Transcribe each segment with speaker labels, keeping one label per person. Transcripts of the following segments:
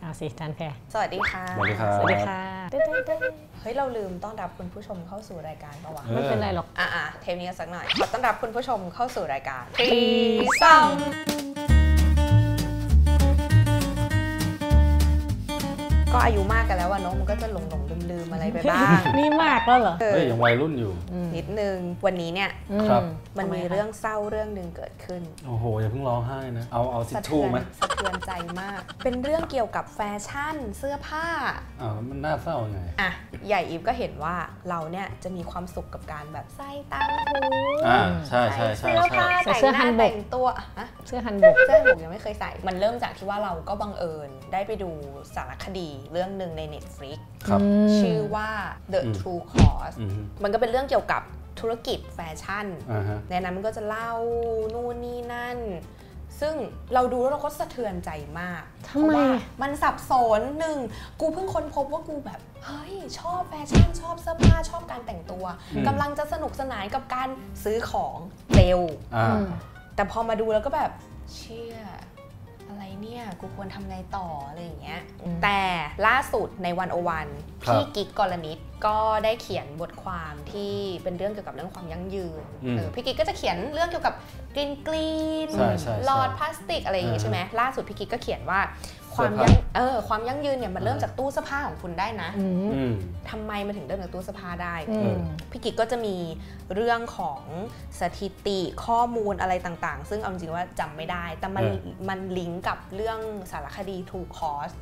Speaker 1: เอาสิจันแพร
Speaker 2: สวัสดีค่ะ
Speaker 3: สวัสดีครับ
Speaker 1: สวัสดีค่ะ
Speaker 2: เฮ้ย เราลืมต้อนรับคุณผู้ชมเข้าสู่รายการปะวะ
Speaker 3: เออ
Speaker 1: ไม่เป็นไรหรอก
Speaker 2: อ่ะอ่ะเทปนี้กันสักหน่อย ขอต้อนรับคุณผู้ชมเข้าสู่รายการทรีซัมก็อายุมากกันแล้วอะเนาะมันก็จะหลงหลงลืมลืมๆอะไรไปบ้าง
Speaker 1: นี่มากแล้วเหรอ
Speaker 2: เออ
Speaker 3: เฮ้ยยังวัยรุ่นอยู่
Speaker 2: นิดนึง วันนี้เนี่ย
Speaker 1: อื
Speaker 3: ครับ
Speaker 2: มันมี
Speaker 1: ทำไคะ
Speaker 2: เรื่องเศร้าเรื่องหนึ่งเกิดขึ้น
Speaker 3: โอ้โห อย่าเพิ่งร้องไห้นะ เอาเอาทิช
Speaker 2: สะเทื
Speaker 3: ชู่
Speaker 2: อน
Speaker 3: ไหม
Speaker 2: สะเทือนใจมาก เป็นเรื่องเกี่ยวกับแฟชั่นเสื้อผ้า
Speaker 3: อ่าวมันน่าเศร้ายังไง
Speaker 2: อ่ะ ใหญ่อีฟก็เห็นว่าเราเนี่ยจะมีความสุขกับการแบบใส่ตังหู
Speaker 3: อ่าใช่ใช่ใช่
Speaker 2: เสื้อ
Speaker 3: ใช่
Speaker 2: ผ้าแต่งหน้าแต่งตัวอะ
Speaker 1: เสื้อฮันบก
Speaker 2: เสื้อผมยังไม่เคยใส่ มันเริ่มจากที่ว่าเราก็บังเอิญได้ไปดูสารคดีเรื่องหนึ่งใน Netflix
Speaker 3: ครับ
Speaker 2: ชื่อว่า The
Speaker 3: อืม
Speaker 2: True Cost
Speaker 3: อืม
Speaker 2: มันก็เป็นเรื่องเกี่ยวกับธุรกิจแฟชั่น
Speaker 3: อ่าฮะ
Speaker 2: ในนั้นมันก็จะเล่านู่นนี่นั่น ซึ่งเราดูแล้วเราก็สะเทือนใจมาก
Speaker 1: ทำไม
Speaker 2: เพราะว่ามันสับสนหนึ่งกูเพิ่งค้นพบว่ากูแบบ เฮ้ย ชอบแฟชั่น ชอบเสื้อผ้าชอบการแต่งตัว
Speaker 3: อืม
Speaker 2: กำลังจะสนุกสนานกับการซื้อของเร็ว
Speaker 3: อ่า
Speaker 1: อืม
Speaker 2: แต่พอมาดูแล้วก็แบบ เชื่อ อะไรเนี่ย กูควรทำไงต่อ อะไรอย่างเงี้ย
Speaker 1: อืม
Speaker 2: แต่ล่าสุดในวันโอวัน
Speaker 3: ครับ
Speaker 2: พี่กิ๊กกรณิตก็ได้เขียนบทความที่เป็นเรื่องเกี่ยวกับเรื่องความยั่งยืน
Speaker 3: อืม
Speaker 2: เออพี่กิ๊กก็จะเขียนเรื่องเกี่ยวกับกรีนกรีน
Speaker 3: ใช่ใช่ใช่
Speaker 2: หลอดพลาสติกอะไรอย่างงี้
Speaker 3: อ่า
Speaker 2: ใช่ไหมล่าสุดพี่กิ๊กก็เขียนว่าค
Speaker 3: เสื้
Speaker 2: วา
Speaker 3: อ
Speaker 2: ม
Speaker 3: ผ้า
Speaker 2: ยั่งเออความยั่งยืนเนี่ยมันเริ่มจากตู้เสื้อผ้าของคุณได้นะ
Speaker 1: อืม
Speaker 3: อืม
Speaker 2: ทำไมมันถึงเริ่มจากตู้เสื้อผ้าได้
Speaker 1: อืม
Speaker 2: พี่กิ๊กก็จะมีเรื่องของสถิติข้อมูลอะไรต่างๆ ซึ่งเอาจริงๆว่าจำไม่ได้ แต่มัน
Speaker 3: เออ
Speaker 2: มันลิงก์กับเรื่องสารคดี True Cost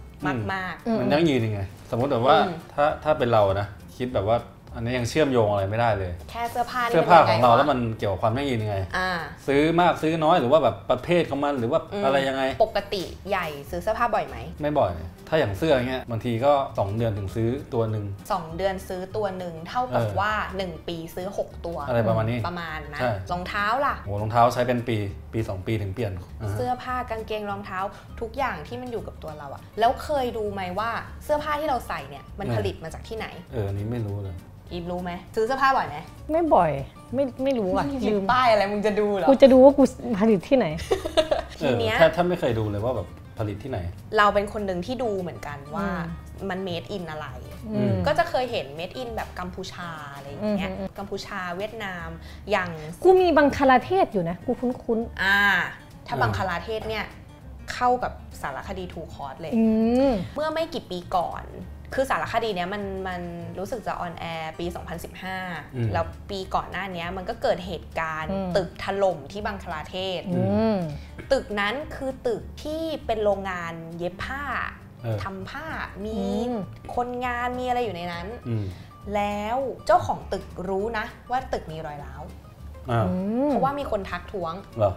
Speaker 2: มาก
Speaker 1: อืม
Speaker 3: มันยั่งยืนยังไง สมมติแบบว่า
Speaker 2: อืม
Speaker 3: ถ้าถ้าเป็นเรานะ คิดแบบว่า อันนี้ยังเชื่อมโยงอะไรไม่ได้เลย
Speaker 2: ๆ แค่เสื้อผ้านี่
Speaker 3: เสื้อผ้าข
Speaker 2: ป็
Speaker 3: อ
Speaker 2: น
Speaker 3: ง
Speaker 2: ยัไ
Speaker 3: เราแล้วมันเกี่ยวกับความยั่งยืนยังไง
Speaker 2: อ่า
Speaker 3: ซื้อมากซื้อน้อยหรือว่าแบบประเภทของมันหรือว่า
Speaker 2: อืม
Speaker 3: อะไรยังไง
Speaker 2: ปกติใหญ่ซื้อเสื้อผ้าบ่อยไหม
Speaker 3: ไม่บ่อย ถ้าอย่างเสื้ออย่างเงี้ยบางทีก็ 2 เดือนถึงซื้อตัวหนึ่ง
Speaker 2: 2 เดือนซื้อตัวหนึ่งเท่ากับ
Speaker 3: เออ
Speaker 2: ว่า 1 ปีซื้อ 6 ตัว
Speaker 3: อะไรประมาณนี้
Speaker 2: ประมาณนะ
Speaker 3: ใช่
Speaker 2: รองเท้าล่ะ
Speaker 3: โหรองเท้าใช้เป็นปีปีสองปีถึงเปลี่ยนอ่าฮะ
Speaker 2: เสื้อผ้ากางเกงรองเท้าทุกอย่างที่มันอยู่กับตัวเราอะแล้วเคยดูไหมว่าเสื้อผ้าที่เราใส่เนี่ยมัน
Speaker 3: เออ
Speaker 2: ผลิตมาจากที่ไหน
Speaker 3: เอออันนี้ไม่รู้เลย
Speaker 2: อีฟรู้ไหมซื้อเสื้อผ้าบ่อยไหม
Speaker 1: ไม่บ่อยไม่ไม่รู้อ่ะ
Speaker 2: หยิ
Speaker 1: ลื
Speaker 2: บ
Speaker 1: ม
Speaker 2: ป้ายอะไรมึงจะดูเหรอ
Speaker 1: กูจะดูว่ากูผลิตที่ไหน
Speaker 2: ทีเนี้ย
Speaker 3: เออถ้าถ้าไม่เคยดูเลยว่าแบบผลิตที่ไหน
Speaker 2: เราเป็นคนหนึ่งที่ดูเหมือนกันว่า
Speaker 1: อืม
Speaker 2: มัน made in อะไร
Speaker 1: อืม
Speaker 2: ก็จะเคยเห็น made in แบบกัมพูชาอะไรอย่างเงี้ย
Speaker 1: อืมอืมอืม
Speaker 2: กัมพูชาเวียดนาม อย่าง
Speaker 1: กูมีบังคลาเทศอยู่นะ กูคุ้น
Speaker 2: อ่า ถ้า
Speaker 3: อืม
Speaker 2: บังคลาเทศเนี่ย เข้ากับสารคดีทูคอร์สเลย
Speaker 1: ๆอืม
Speaker 2: เมื่อไม่กี่ปีก่อน คือสารคดีเนี้ยมันมันรู้สึกจะออนแอร์ปี
Speaker 3: อืม
Speaker 2: 2015 แล้วปีก่อนหน้าเนี้ยมันก็เกิดเหตุการณ์
Speaker 1: อืม
Speaker 2: ตึกถล่มที่บังคลาเทศ
Speaker 1: อืม
Speaker 2: ตึกนั้นคือตึกที่เป็นโรงงานเย็บผ้า
Speaker 3: เออ
Speaker 2: ทำผ้ามี
Speaker 1: อืม
Speaker 2: คนงานมีอะไรอยู่ในนั้น
Speaker 3: อืม
Speaker 2: แล้วเจ้าของตึกรู้นะ ว่าตึกมีรอยร้าว
Speaker 3: อ่า
Speaker 2: เพราะว่ามีคนทักท้วง
Speaker 3: เหรอ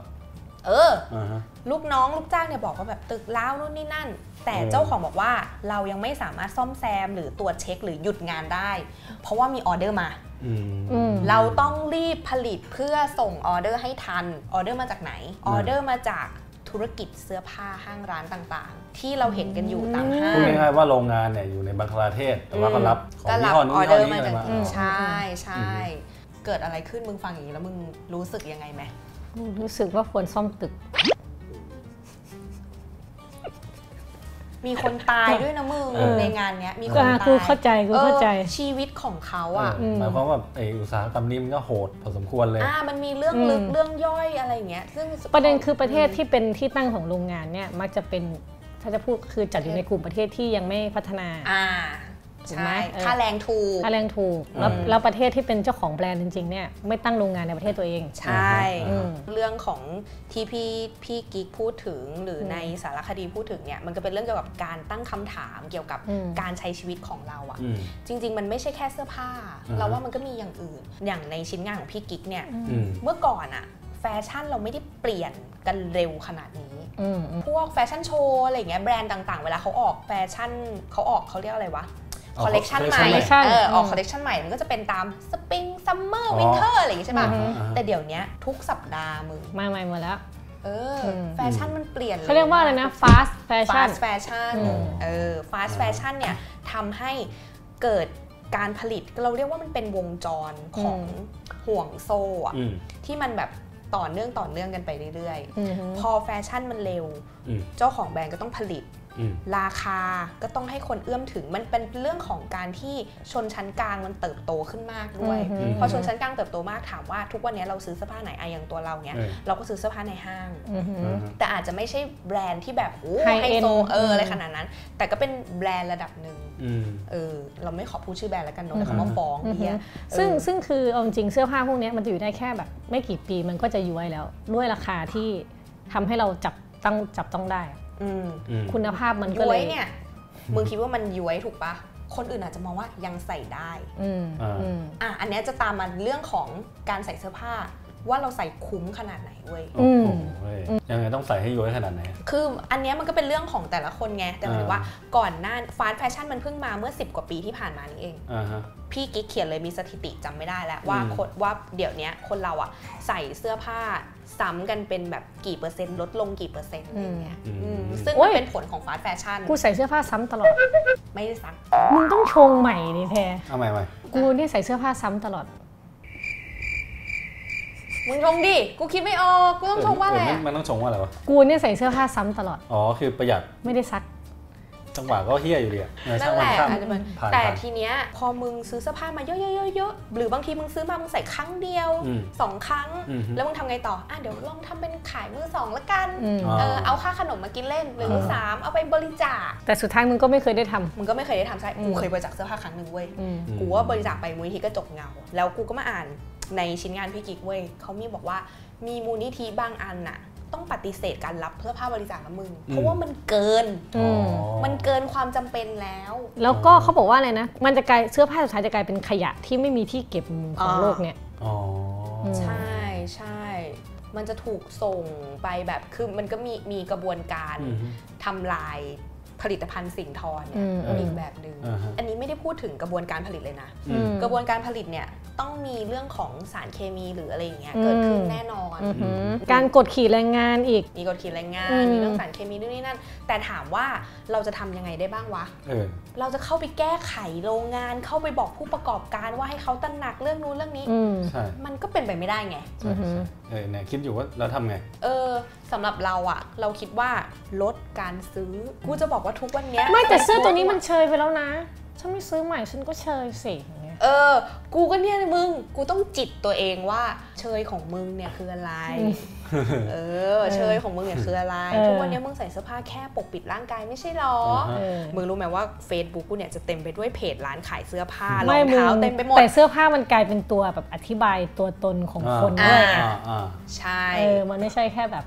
Speaker 2: เออ
Speaker 3: อ่าฮะ
Speaker 2: ลูกน้องลูกจ้างเนี่ยบอกว่าแบบตึกร้าวนู่นนี่นั่น แต่
Speaker 3: อืม
Speaker 2: เจ้าของบอกว่าเรายังไม่สามารถซ่อมแซมหรือตรวจเช็คหรือหยุดงานได้ เพราะว่ามีออเดอร์มา
Speaker 3: อืม
Speaker 1: อืม
Speaker 2: เราต้องรีบผลิตเพื่อส่งออเดอร์ให้ทัน ออเดอร์มาจากไหน ออเดอร์มาจากธุรกิจเสื้อผ้าห้างร้านต่างๆ ที่เราเห็นกันอยู่ตามห้า
Speaker 3: พูด
Speaker 2: ง
Speaker 3: ง่ายๆว่าโรงงานเนี่ยอยู่ในบังคลาเทศ แต่ว่าก็รับข
Speaker 2: ก็
Speaker 3: องยี่
Speaker 2: รับ
Speaker 3: ห้อ
Speaker 2: อ
Speaker 3: นี้
Speaker 2: อ
Speaker 3: ยี่
Speaker 2: เด
Speaker 3: ห้
Speaker 2: อร์
Speaker 3: อนี้
Speaker 2: มา
Speaker 3: อะไร
Speaker 2: จาก
Speaker 3: มา
Speaker 1: อืม
Speaker 2: ใช่ใช่เกิดอะไรขึ้นมึงฟังอย่างนี้แล้วมึงรู้สึกยังไงไหม
Speaker 1: กูรู้สึกว่าควรซ่อมตึก
Speaker 2: มีคนตายด้วยนะมึง
Speaker 1: เออ
Speaker 2: ในงานเนี้ยมีค
Speaker 1: กู
Speaker 2: น
Speaker 1: อ่ะ
Speaker 2: ตาย
Speaker 1: กูเข้าใจกูเข้าใจ
Speaker 2: ออชีวิตของเขาอ่ะ
Speaker 3: เออหมายความว่าไออุตสาหกรรมนี้มันก็โหดพอสมควรเลย
Speaker 2: อ่ามันมีเรื่องลึก
Speaker 1: อืม
Speaker 2: เรื่องย่อยอะไรอย่างเงี้ยซึ่ง
Speaker 1: ประเด็นคือประเทศที่เป็นที่ตั้งของโรงงานเนี่ยมักจะเป็นถ้าจะพูดคือจัดอยู่ในกลุ่มประเทศที่ยังไม่พัฒนา
Speaker 2: อ่า
Speaker 1: ถูกไหม
Speaker 2: ใช่
Speaker 1: เออ
Speaker 2: ค่าแรงถูก
Speaker 1: ค่าแรงถูกแล้ว
Speaker 3: อืม
Speaker 1: แล้วประเทศที่เป็นเจ้าของแบรนด์จริงๆเนี่ยไม่ตั้งโรงงานในประเทศตัวเอง
Speaker 2: ใช่
Speaker 1: อืม
Speaker 2: เรื่องของที่พี่พี่กิ๊กพูดถึงหรืออ
Speaker 1: ม
Speaker 2: ในสารคดีพูดถึงเนี่ยมันก็เป็นเรื่องเกี่ยวกับการตั้งคำถามเกี่ยวกับ
Speaker 1: อืม
Speaker 2: การใช้ชีวิตของเราอะ
Speaker 3: อืม
Speaker 2: จริง ๆ มันไม่ใช่แค่เสื้อผ้า
Speaker 3: อ่าฮะ
Speaker 2: เราว่ามันก็มีอย่างอื่น อย่างในชิ้นงานของพี่กิ๊กเนี่ย
Speaker 3: อืม
Speaker 2: เมื่อก่อนอะแฟชั่นเราไม่ได้เปลี่ยนกันเร็วขนาดนี้
Speaker 1: อืมอืม
Speaker 2: พวกแฟชั่นโชว์อะไรอย่างเงี้ยแบรนด์ต่างๆ เวลาเขาออกแฟชั่นเขาออกเขาเรียกอะไรวะค
Speaker 3: ออก
Speaker 2: อลเลกชันใหม่
Speaker 1: collection
Speaker 2: เออออก
Speaker 1: อืม
Speaker 2: คอลเลกชันใหม่ มันก็จะเป็นตามสปริงซัมเมอร์
Speaker 3: อ๋อ
Speaker 2: วินเทอร์อะไรอย่างงี้ใช่ป่ะ
Speaker 3: อ่าฮะอ่าฮะ
Speaker 2: แต่เดี๋ยวเนี้ยทุกสัปดาห์มึง
Speaker 1: มาใหม่หมดแล้ว
Speaker 2: เอออ
Speaker 1: ม
Speaker 2: แฟชั่นมันเปลี่ยน
Speaker 1: เขาเรียกว่าอะไรนะ fast fashion
Speaker 2: fast fashion
Speaker 3: อืม
Speaker 2: เออ fast fashion เนี่ยทำให้เกิดการผลิตเราเรียกว่ามันเป็นวงจรของห่วงโซ่อะ
Speaker 3: อืม
Speaker 2: ที่มันแบบต่อเนื่องต่อเนื่องกันไปเรื่อย
Speaker 1: อืม
Speaker 2: ๆ พอแฟชั่นมันเร็ว
Speaker 3: อืม
Speaker 2: เจ้าของแบรนด์ก็ต้องผลิต
Speaker 3: อืม
Speaker 2: ราคาก็ต้องให้คนเอื้อมถึงมันเป็นเรื่องของการที่ชนชั้นกลางมันเติบโตขึ้นมากด้วย
Speaker 1: อือหือ
Speaker 2: พอชนชั้นกลางเติบโตมากถามว่าทุกวันนี้เราซื้อเสื้อผ้าไหนอะอย่างตัวเราเนี้ย
Speaker 3: เออ
Speaker 2: เราก็ซื้อเสื้อผ้าในห้าง
Speaker 1: อือหือ
Speaker 3: อ่าฮะ
Speaker 2: แต่อาจจะไม่ใช่แบรนด์ที่แบบโอ้ไฮ
Speaker 1: High
Speaker 2: โซ
Speaker 1: end
Speaker 2: เอออะไร
Speaker 1: อืม
Speaker 2: ขนาดนั้น แต่ก็เป็นแบรนด์ระดับหนึ่ง
Speaker 3: อืม
Speaker 2: เออเราไม่ขอพูดชื่อแบรนด์แล้วกันเนอะ
Speaker 1: อื
Speaker 2: แต่
Speaker 1: อฮึ
Speaker 2: คำว่าฟ้อง
Speaker 1: อือหื
Speaker 2: เนี่
Speaker 1: อย ซึ่ง
Speaker 2: เออ
Speaker 1: ซึ่งคือเอาจริงๆเสื้อผ้าพวกเนี้ยมันจะอยู่ได้แค่แบบ ไม่กี่ปีมันก็จะย้วยแล้ว ด้วยราคาที่ทำให้เราจับต้องจับต้องได้
Speaker 2: อืม
Speaker 3: อืม
Speaker 1: คุณภาพมันก็
Speaker 2: ย้
Speaker 1: เล
Speaker 2: วย
Speaker 1: ย
Speaker 2: เนี่ยมึงคิดว่ามันย้วยถูกปะคนอื่นอาจจะมองว่ายังใส่ได้
Speaker 1: อืม
Speaker 3: อ่า
Speaker 1: อืม
Speaker 2: อ่ะ อันเนี้ยจะตามมาเรื่องของการใส่เสื้อผ้า ว่าเราใส่คุ้มขนาดไหนเว้ย
Speaker 3: โอ้
Speaker 1: อื
Speaker 3: โห
Speaker 1: ม
Speaker 3: เว้ยยังไงต้องใส่ให้ย้วยขนาดไหน
Speaker 2: คืออันเนี้ยมันก็เป็นเรื่องของแต่ละคนไง แต่หมายถึงว่าก่อนหน้าฟาสต์แฟชั่นมันเพิ่งมาเมื่อ 10 กว่าปีที่ผ่านมานี้เอง
Speaker 3: อ่าฮะ
Speaker 2: พี่กิ๊กเขียนเลยมีสถิติจำไม่ได้แล้วว่า
Speaker 3: อืม
Speaker 2: คนว่าเดี๋ยวเนี้ยคนเราอะใส่เสื้อผ้าซ้ำกันเป็นแบบกี่เปอร์เซ็นต์ลดลงกี่เปอร์เซ็นต์อะไรเงี้ย
Speaker 3: อืม
Speaker 2: อืมซึ่ง
Speaker 1: โอ้
Speaker 2: มัน
Speaker 1: ย
Speaker 2: เป็นผลของฟาสต์แฟชั่น
Speaker 1: กูใส่เสื้อผ้าซ้ำตลอด
Speaker 2: ไม่ได้ซัก
Speaker 1: มึงต้องชงใหม่นี่แท
Speaker 3: เอาใหม่ใหม่
Speaker 1: กูเนี่ยใส่เสื้อผ้าซ้ำตลอด
Speaker 2: มึงชงดิกูคิดไม่ออกกูต้องชงว่าอะไร
Speaker 3: เออ
Speaker 2: อะ
Speaker 3: มันมันต้องชงว่าอะไรวะ
Speaker 1: กูเนี่ยใส่เสื้อผ้าซ้ำตลอด
Speaker 3: อ๋อ คือประหยัด
Speaker 1: ไม่ได้ซัก
Speaker 3: จังหวะก็เฮี้ยอยู่ดีอะเออ
Speaker 2: นั่นแห
Speaker 3: ช่างมัน
Speaker 2: ละ
Speaker 3: ช่าง
Speaker 2: อาจจะเป็น
Speaker 3: ผ่าน
Speaker 2: แต่
Speaker 3: ผ่าน
Speaker 2: ทีเนี้ยพอมึงซื้อเสื้อผ้ามาเยอะๆๆๆหรือบางทีมึงซื้อมามึงใส่ครั้งเดียว
Speaker 3: อืม
Speaker 2: สองครั้ง
Speaker 3: อือฮึ
Speaker 2: แล้วมึงทำไงต่ออ่ะเดี๋ยวลองทำเป็นขายมือสองละกัน
Speaker 1: อืม
Speaker 3: า
Speaker 2: เออเอาค่าขนมมากินเล่นหรืออา สามเอาไปบริจาค
Speaker 1: แต่สุดท้ายมึงก็ไม่เคยได้ทำ
Speaker 2: มึงก็ไม่เคยได้ทำใช่
Speaker 1: อืม
Speaker 2: กูเคยบริจาคเสื้อผ้าครั้งหนึ่งเว้ย
Speaker 1: อืม
Speaker 3: อืม
Speaker 2: กูว่าบริจาคไปมูลนิธิกระจกเงา แล้วกูก็มาอ่านในชิ้นงานพี่กิ๊กเว้ยเขามีบอกว่ามีมูลนิธิบางอันน่ะ ต้องปฏิเสธการรับเพื่อผ้าบริจาคนะมึงเพราะว่ามันเกิน
Speaker 3: อ๋ออ
Speaker 2: มันเกินความจำเป็นแล้ว
Speaker 1: แล้วก็เขาบอกว่าอะไรนะ มันจะกลายเสื้อผ้าสุดท้ายจะกลายเป็นขยะที่ไม่มีที่เก็บของ
Speaker 2: อ่า
Speaker 1: โลกเนี่ย
Speaker 3: อ๋ออ
Speaker 1: ม
Speaker 2: ใช่ใช่ มันจะถูกส่งไปแบบ คือมันก็มีมีกระบวนการ
Speaker 3: อืม
Speaker 2: ทำลายผลิตภัณฑ์สิ่งทอเนี่
Speaker 1: อื
Speaker 2: ย
Speaker 1: ม
Speaker 2: อีกแบบหนึ่
Speaker 3: อ่า
Speaker 2: ง
Speaker 3: ฮะ
Speaker 2: อันนี้ไม่ได้พูดถึงกระบวนการผลิตเลยนะ
Speaker 3: อืม
Speaker 2: กระบวนการผลิตเนี่ยต้องมีเรื่องของสารเคมีหรืออะไรอย่างเงี้ย
Speaker 1: อืม
Speaker 2: เกิดขึ้นแน่นอน
Speaker 1: อือหือการกดขี่แรงงานอีก
Speaker 2: มีกฎขี่แรงงาน
Speaker 1: อืม
Speaker 2: มีเรื่องสารเคมีนู่นนี่นั่น แต่ถามว่าเราจะทำยังไงได้บ้างวะ
Speaker 3: เออ
Speaker 2: เราจะเข้าไปแก้ไขโรงงาน เข้าไปบอกผู้ประกอบการว่าให้เขาตระหนักเรื่องนู้นเรื่องนี้
Speaker 1: อืม
Speaker 3: ใช่
Speaker 2: มันก็เป็นไปไม่ได้ไง
Speaker 3: ใช่
Speaker 1: อือหือ
Speaker 3: ใช่เออเนี่ยคิดอยู่ว่าเราทำไง
Speaker 2: เออสำหรับเราอะเราคิดว่าลดการซื้อ กูจะบอกว่าทุกวันเนี้ย
Speaker 1: ไม่แต่เสื้อตัวนี้มันเชยไปแล้วนะ ฉันไม่ซื้อใหม่ฉันก็เชยสิอย่างเงี้ย
Speaker 2: เออ กูก็เนี่ยมึง กูต้องจิตตัวเองว่าเชยของมึงเนี่ยคืออะไร
Speaker 1: อืม
Speaker 2: เออ เชยของมึงเนี่ยคืออะไร
Speaker 1: เออ
Speaker 2: ทุกวันเนี้ยมึงใส่เสื้อผ้าแค่ปกปิดร่างกายไม่ใช่หรออ
Speaker 3: อฮะ
Speaker 1: เออ
Speaker 2: มึงรู้ไหมว่า Facebook กูเนี่ยจะเต็มไปด้วยเพจร้านขายเสื้อผ้าร
Speaker 1: ไม่
Speaker 2: อง
Speaker 1: มึง
Speaker 2: เท้าเต็มไปหมด
Speaker 1: แต่เสื้อผ้ามันกลายเป็นตัวแบบอธิบายตัวตนของคน
Speaker 2: อ่า
Speaker 1: ด้วย
Speaker 3: อ่าอ่า
Speaker 2: ใช่
Speaker 1: เออมันไม่ใช่แค่แบบ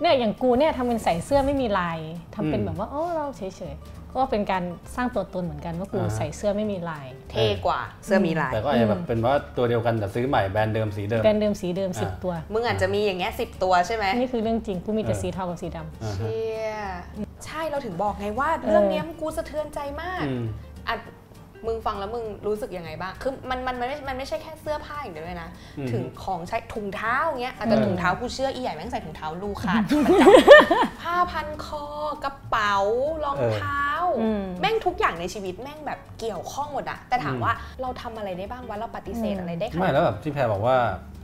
Speaker 1: เนี่ยอย่างกูเนี่ยทำเป็นใส่เสื้อไม่มีลายทำเป็น
Speaker 3: อืม
Speaker 1: แบบว่าโอ้เราเฉยๆก็เป็นการสร้างตัวตนเหมือนกันว่ากู
Speaker 3: อ่า
Speaker 1: ใส่เสื้อไม่มีลาย
Speaker 2: เท่กว่าเสื้อมีลาย
Speaker 3: แต่ก็อาจจะแบบเป็นว่าตัวเดียวกันแต่ซื้อใหม่แบรนด์เดิมสีเดิม
Speaker 1: แบรนด์เดิมสีเดิม
Speaker 3: อ่า
Speaker 1: สิบตัว
Speaker 2: มึงอาจจะมีอย่างเงี้ยสิบตัวใช่ไหม
Speaker 1: นี่คือเรื่องจริง กูมีแต่
Speaker 3: เออ
Speaker 1: สีเทากับสีดำ
Speaker 3: อ่าฮะ
Speaker 2: เชี่ยใช่เราถึงบอกไงว่าเรื่องเนี้ยกูสะเทือนใจมาก
Speaker 3: อืม
Speaker 2: อ่ะมึงฟังแล้วมึงรู้สึกยังไงบ้างคือมันมันมันไม่มันไม่ใช่แค่เสื้อผ้าอย่างเดียวเลยนะ
Speaker 3: อืม
Speaker 2: ถึงของใช้ถุงเท้าอย่างเงี้ยอาจจะ
Speaker 3: เออ
Speaker 2: ถุงเท้ากูเชื่ออีใหญ่แม่งใส่ถุงเท้าลูกขาด ผ้าพันคอกระเป๋ารองเท้า
Speaker 1: เอออืม
Speaker 2: แม่งทุกอย่างในชีวิตแม่งแบบเกี่ยวข้องหมดอะแต่ถามว่าเราทำอะไรได้บ้างวะเราปฏิเสธ
Speaker 1: อืม
Speaker 2: อะไรได้ขนา
Speaker 3: ไม่
Speaker 2: ด
Speaker 3: แล้วแบบที่แพรบอกว่า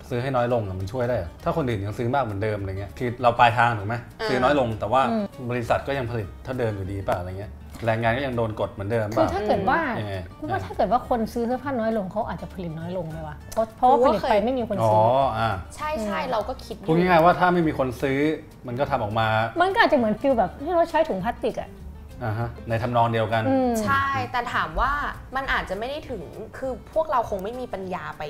Speaker 3: ซื้อให้น้อยลงอะมันช่วยได้เหรอถ้าคนอื่นยังซื้อมากเหมือนเดิมอะไรเงี้ยคือเราปลายทางถูกไหมซื้อน้อยลงแต่ว่า
Speaker 1: อืม
Speaker 3: บริษัทก็ยังผลิตเท่าเดิมอยู่ดีเปล่าอะไรเงี้ยแรงงานก็ยังโดนกดเหมือนเดิม
Speaker 1: คื
Speaker 3: เป
Speaker 1: อ
Speaker 3: ล่า
Speaker 1: ถ้าเกิดว่า
Speaker 3: ยังไง
Speaker 1: กูว่าถ้าเกิดว่าคนซื้อเสื้อผ้าน้อยลงเขาอาจจะผลิตน้อยลงเลยว่ะเพราะเพราะว่าผลิตไปไม่มีคน
Speaker 3: อ๋อ
Speaker 1: ซื้อ
Speaker 3: อ่า
Speaker 2: ใช่ใช่เราก็คิดอ
Speaker 3: พูด
Speaker 2: ยู่
Speaker 3: ง่ายๆว่าถ้าไม่มีคนซื้อมันก็ทำออกมา
Speaker 1: มันก็อาจจะเหมือนฟิลแบบที่เราใช้ถุงพลาสติกอ่ะ
Speaker 3: อ่าฮะในทำนองเดียวกัน
Speaker 1: อืม
Speaker 2: ใช่แต่ถามว่ามันอาจจะไม่ได้ถึงคือพวกเราคงไม่มีปัญญาไป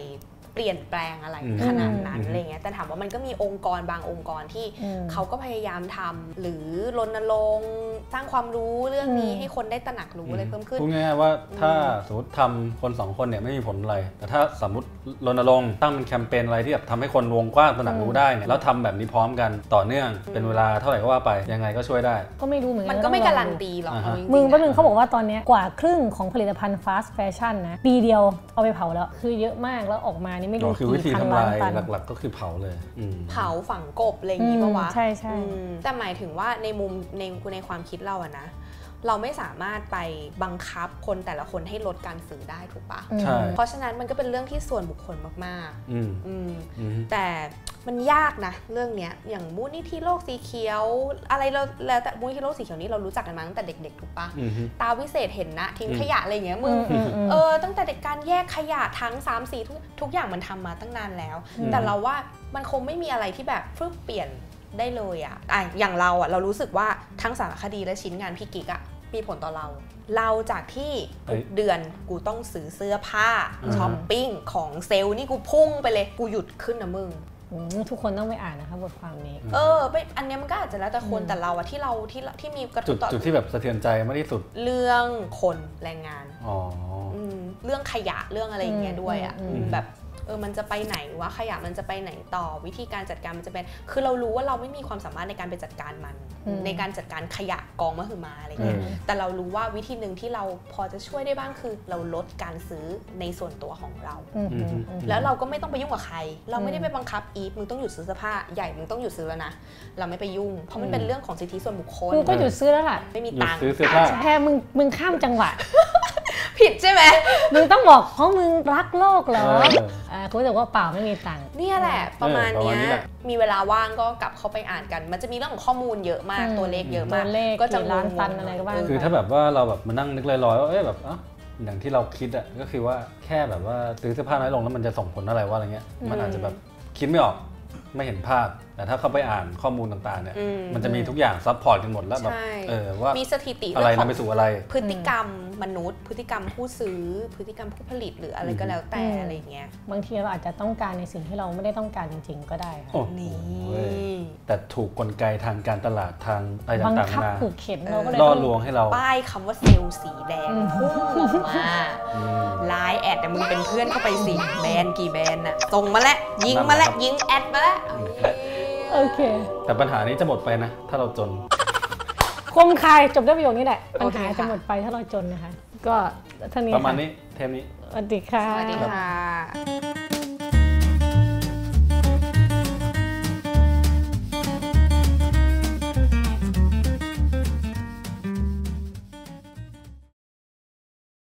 Speaker 2: เปลี่ยนแปลงอะไร
Speaker 3: อืม
Speaker 2: ขนาดนั้น
Speaker 3: อืม
Speaker 2: อะไรเงี้ยแต่ถามว่ามันก็มีองค์กรบางองค์กรที่
Speaker 1: อืม
Speaker 2: เขาก็พยายามทำหรือรณรงค์สร้างความรู้เรื่องนี้
Speaker 1: อืม
Speaker 2: ให้คนได้ตระหนักรู้อะไรเพิ่มขึ้น
Speaker 3: พูดง่ายๆว่าถ้าสมมติทำคนสองคนเนี่ยไม่มีผลอะไร แต่ถ้าสมมติรณรงค์ตั้งเป็นแคมเปญอะไรที่แบบทำให้คนวงกว้างตระหนักรู้ได้เนี่ยแล้วทำแบบนี้พร้อมกันต่อเนื่องเป็นเวลาเท่าไหร่ก็ว่าไปยังไงก็ช่วยได้
Speaker 1: ก็ไม่รู้เหมือนกั
Speaker 2: มัน
Speaker 1: น
Speaker 2: ก็ไม่
Speaker 1: ต้องลอง
Speaker 2: การันตีหรอก
Speaker 3: อ่าฮะ
Speaker 2: เอาจริๆ
Speaker 1: มึงแป๊บนึง
Speaker 2: อะ
Speaker 1: เขาบอกว่าตอนเนี้ยกว่าครึ่งของผลิตภัณฑ์ fast fashion นะ ปีเดียวเอาไปเผาแล้ว คือเยอะมากแล้วออกมานี่ไม่รู้
Speaker 3: อ๋อคือวิธี
Speaker 1: กี่พัน
Speaker 3: ทำ
Speaker 1: ล้า
Speaker 3: ลาน ย
Speaker 1: ตัน
Speaker 3: หลักๆก็คือเผาเลยอืม
Speaker 2: เผาฝังกบอะไรอย่างงี้ปะวะ
Speaker 1: อืมใช่ใช่
Speaker 2: อืมแต่หมายถึงว่าในมุมในในความคิดเราอะนะ เราไม่สามารถไปบังคับคนแต่ละคนให้ลดการซื้อได้ถูกปะ
Speaker 1: อืม
Speaker 3: ใช่
Speaker 2: เพราะฉะนั้นมันก็เป็นเรื่องที่ส่วนบุคคลมาก
Speaker 3: อืม
Speaker 2: ๆ อืม
Speaker 3: อืม
Speaker 2: แต่มันยากนะเรื่องเนี้ยอย่างมูลนิธิโลกสีเขียว อะไรเราแล้วแต่มูลนิธิโลกสีเขียวนี่เรารู้จักกันมาตั้งแต่เด็กๆถูกปะ
Speaker 3: อืมฮึ
Speaker 2: ตาวิเศษเห็นนะทิ้ง
Speaker 3: อืม
Speaker 2: ขยะอะไรอย่างเงี้ยมึง
Speaker 1: อืมอืม
Speaker 2: เออตั้งแต่เด็กการแยกขยะทั้ง3ามสีทุกทุกอย่างมันทำมาตั้งนานแล้ว
Speaker 1: อืม
Speaker 2: แต่เราว่ามันคงไม่มีอะไรที่แบบฟึบเปลี่ยนได้เลยอะอ่ะอย่างเราอะเรารู้สึกว่าทั้งสารคดีและชิ้นงานพี่กิกอะมีผลต่อเรา เราจากที่
Speaker 3: เอ้
Speaker 2: ทุ
Speaker 3: ย
Speaker 2: กเดือนกูต้องซื้อเสื้อผ้า
Speaker 3: อืม
Speaker 2: ช้อปปิ้งของเซลล์นี่กูพุ่งไปเลยกูหยุดขึ้นนะมึง
Speaker 1: อืมทุกคนต้องไปอ่านนะคะบทความนี้
Speaker 2: เออไม่อันเนี้ยมันก็อาจจะแล้วแต่คนแต่เราอะที่เราที่เราที่มีกระท
Speaker 3: จุ
Speaker 2: บ
Speaker 3: ด
Speaker 2: ต่อ
Speaker 3: จุดที่แบบสะเทือนใจมากที่สุด
Speaker 2: เรื่องคนแรงงาน
Speaker 3: อ๋อ
Speaker 2: อืมเรื่องขยะเรื่องอะไรอย่างเงี้ยด้วยอ่ะ
Speaker 1: อืม
Speaker 2: อืมแบบเออมันจะไปไหนวะขยะมันจะไปไหนต่อวิธีการจัดการมันจะเป็น คือเรารู้ว่าเราไม่มีความสามารถในการไปจัดการมัน
Speaker 1: อืม
Speaker 2: ในการจัดการขยะกองมหึมาอะไรเงี้ย
Speaker 3: อืม
Speaker 2: แต่เรารู้ว่าวิธีหนึ่งที่เราพอจะช่วยได้บ้างคือ เราลดการซื้อในส่วนตัวของเรา
Speaker 1: อืมอืมอืม
Speaker 3: อืม
Speaker 2: แล้วเราก็ไม่ต้องไปยุ่งกับใคร เราไม่ได้
Speaker 1: อืม
Speaker 2: ไปบังคับอีฟมึงต้องหยุดซื้อเสื้อผ้าใหญ่มึงต้องหยุดซื้อแล้วนะเราไม่ไปยุ่ง เพราะมันเป็นเรื่องของสิทธิส่วนบุคคล
Speaker 1: กูก็หยุดซื้อแล้วล่ะ
Speaker 2: ไม่มี
Speaker 3: หยุด
Speaker 2: ตังค์
Speaker 3: ซื้อเสื้อผ้า
Speaker 1: แค่มึงมึงข้ามจังหวะ
Speaker 2: ผิดใช่ไหม
Speaker 1: มึงต้องบอกเพราะมึงรักโลกเหรอ
Speaker 3: เออ
Speaker 1: อ่าคุณบอกว่าเปล่าไม่มีตังค์
Speaker 2: เนี่ยแหละประมาณ
Speaker 3: ประมา
Speaker 2: เนี้ย
Speaker 3: ณนี้แหละ
Speaker 2: มีเวลาว่างก็กลับเข้าไปอ่านกัน มันจะมีเรื่องของข้อมูลเยอะมาก
Speaker 1: อืม
Speaker 2: ตัวเลขเยอะมาก
Speaker 1: ตัวเลข
Speaker 2: ก็จะ
Speaker 1: กี่ล้าน
Speaker 2: งงๆ
Speaker 1: ตันอะไรก็ว่า
Speaker 2: เ
Speaker 3: คือถ้าแบบว่าเราแบบมานั่งนึกลอยๆว่าเอ้ยแบบอ่ะอย่างที่เราคิดอ่ะก็คือว่าแค่แบบว่าซื้อเสื้อผ้าน้อยลงแล้วมันจะส่งผลอะไรวะอะไรเงี้ยมันอาจจะแบบคิดไม่ออกไม่เห็นภาพ แต่ถ้าเข้าไปอ่านข้อมูลต่างๆเนี่ย
Speaker 2: อืม
Speaker 3: มันจะมีทุกอย่างซัพพอร์ตกันหมดแล้วแบบ
Speaker 2: ใช่
Speaker 3: เออว่า
Speaker 2: มีสถิติ
Speaker 3: อะไร
Speaker 2: เรื่องข
Speaker 3: นำ
Speaker 2: อง
Speaker 3: ไปสู่อะไร
Speaker 2: พฤติกรรมมนุษย์ พฤติกรรมผู้ซื้อ พฤติกรรมผู้ผลิตหรืออะไรก็แล้วแต่
Speaker 1: อืม
Speaker 2: อะไรอย่างเงี้ย
Speaker 1: บางทีเราอาจจะต้องการในสิ่งที่เราไม่ได้ต้องการจริง ๆ ก็ได้ค่ะ
Speaker 3: โอ้โห
Speaker 2: นี่
Speaker 3: แต่ถูกกลไกทางการตลาดทางอะไร
Speaker 1: บัง
Speaker 3: ต่างๆ
Speaker 1: คับ
Speaker 3: นา
Speaker 1: ขู่เข็นเราก็เลย
Speaker 3: ล่อ
Speaker 1: ต้อง
Speaker 3: ลวงให้เรา
Speaker 2: ป้ายคำว่าเซลล์สีแดง
Speaker 1: อืม
Speaker 2: พุ่งออกมา
Speaker 3: อืม
Speaker 2: ไลน์แอดแต่ยมึงเป็นเพื่อนเข้าไปสิแบรนด์กี่แบรนด์อะส่งมาแล้วยิงมาแล้วยิงแอดมาแล้วเอาเนี่ย
Speaker 1: โอเค
Speaker 3: แต่ปัญหานี้จะหมดไปนะ ถ้าเราจน
Speaker 1: คมคายจบด้วยประโยคนี้แหละ ปัญหา
Speaker 2: โอเคค่ะ
Speaker 1: จะหมดไปถ้าเราจนนะคะ ก็เท่านี้
Speaker 3: ประมาณ
Speaker 1: ค่
Speaker 3: นี้เทมนี้
Speaker 1: สวัสดีค่ะ
Speaker 2: สวัสดีค่ะ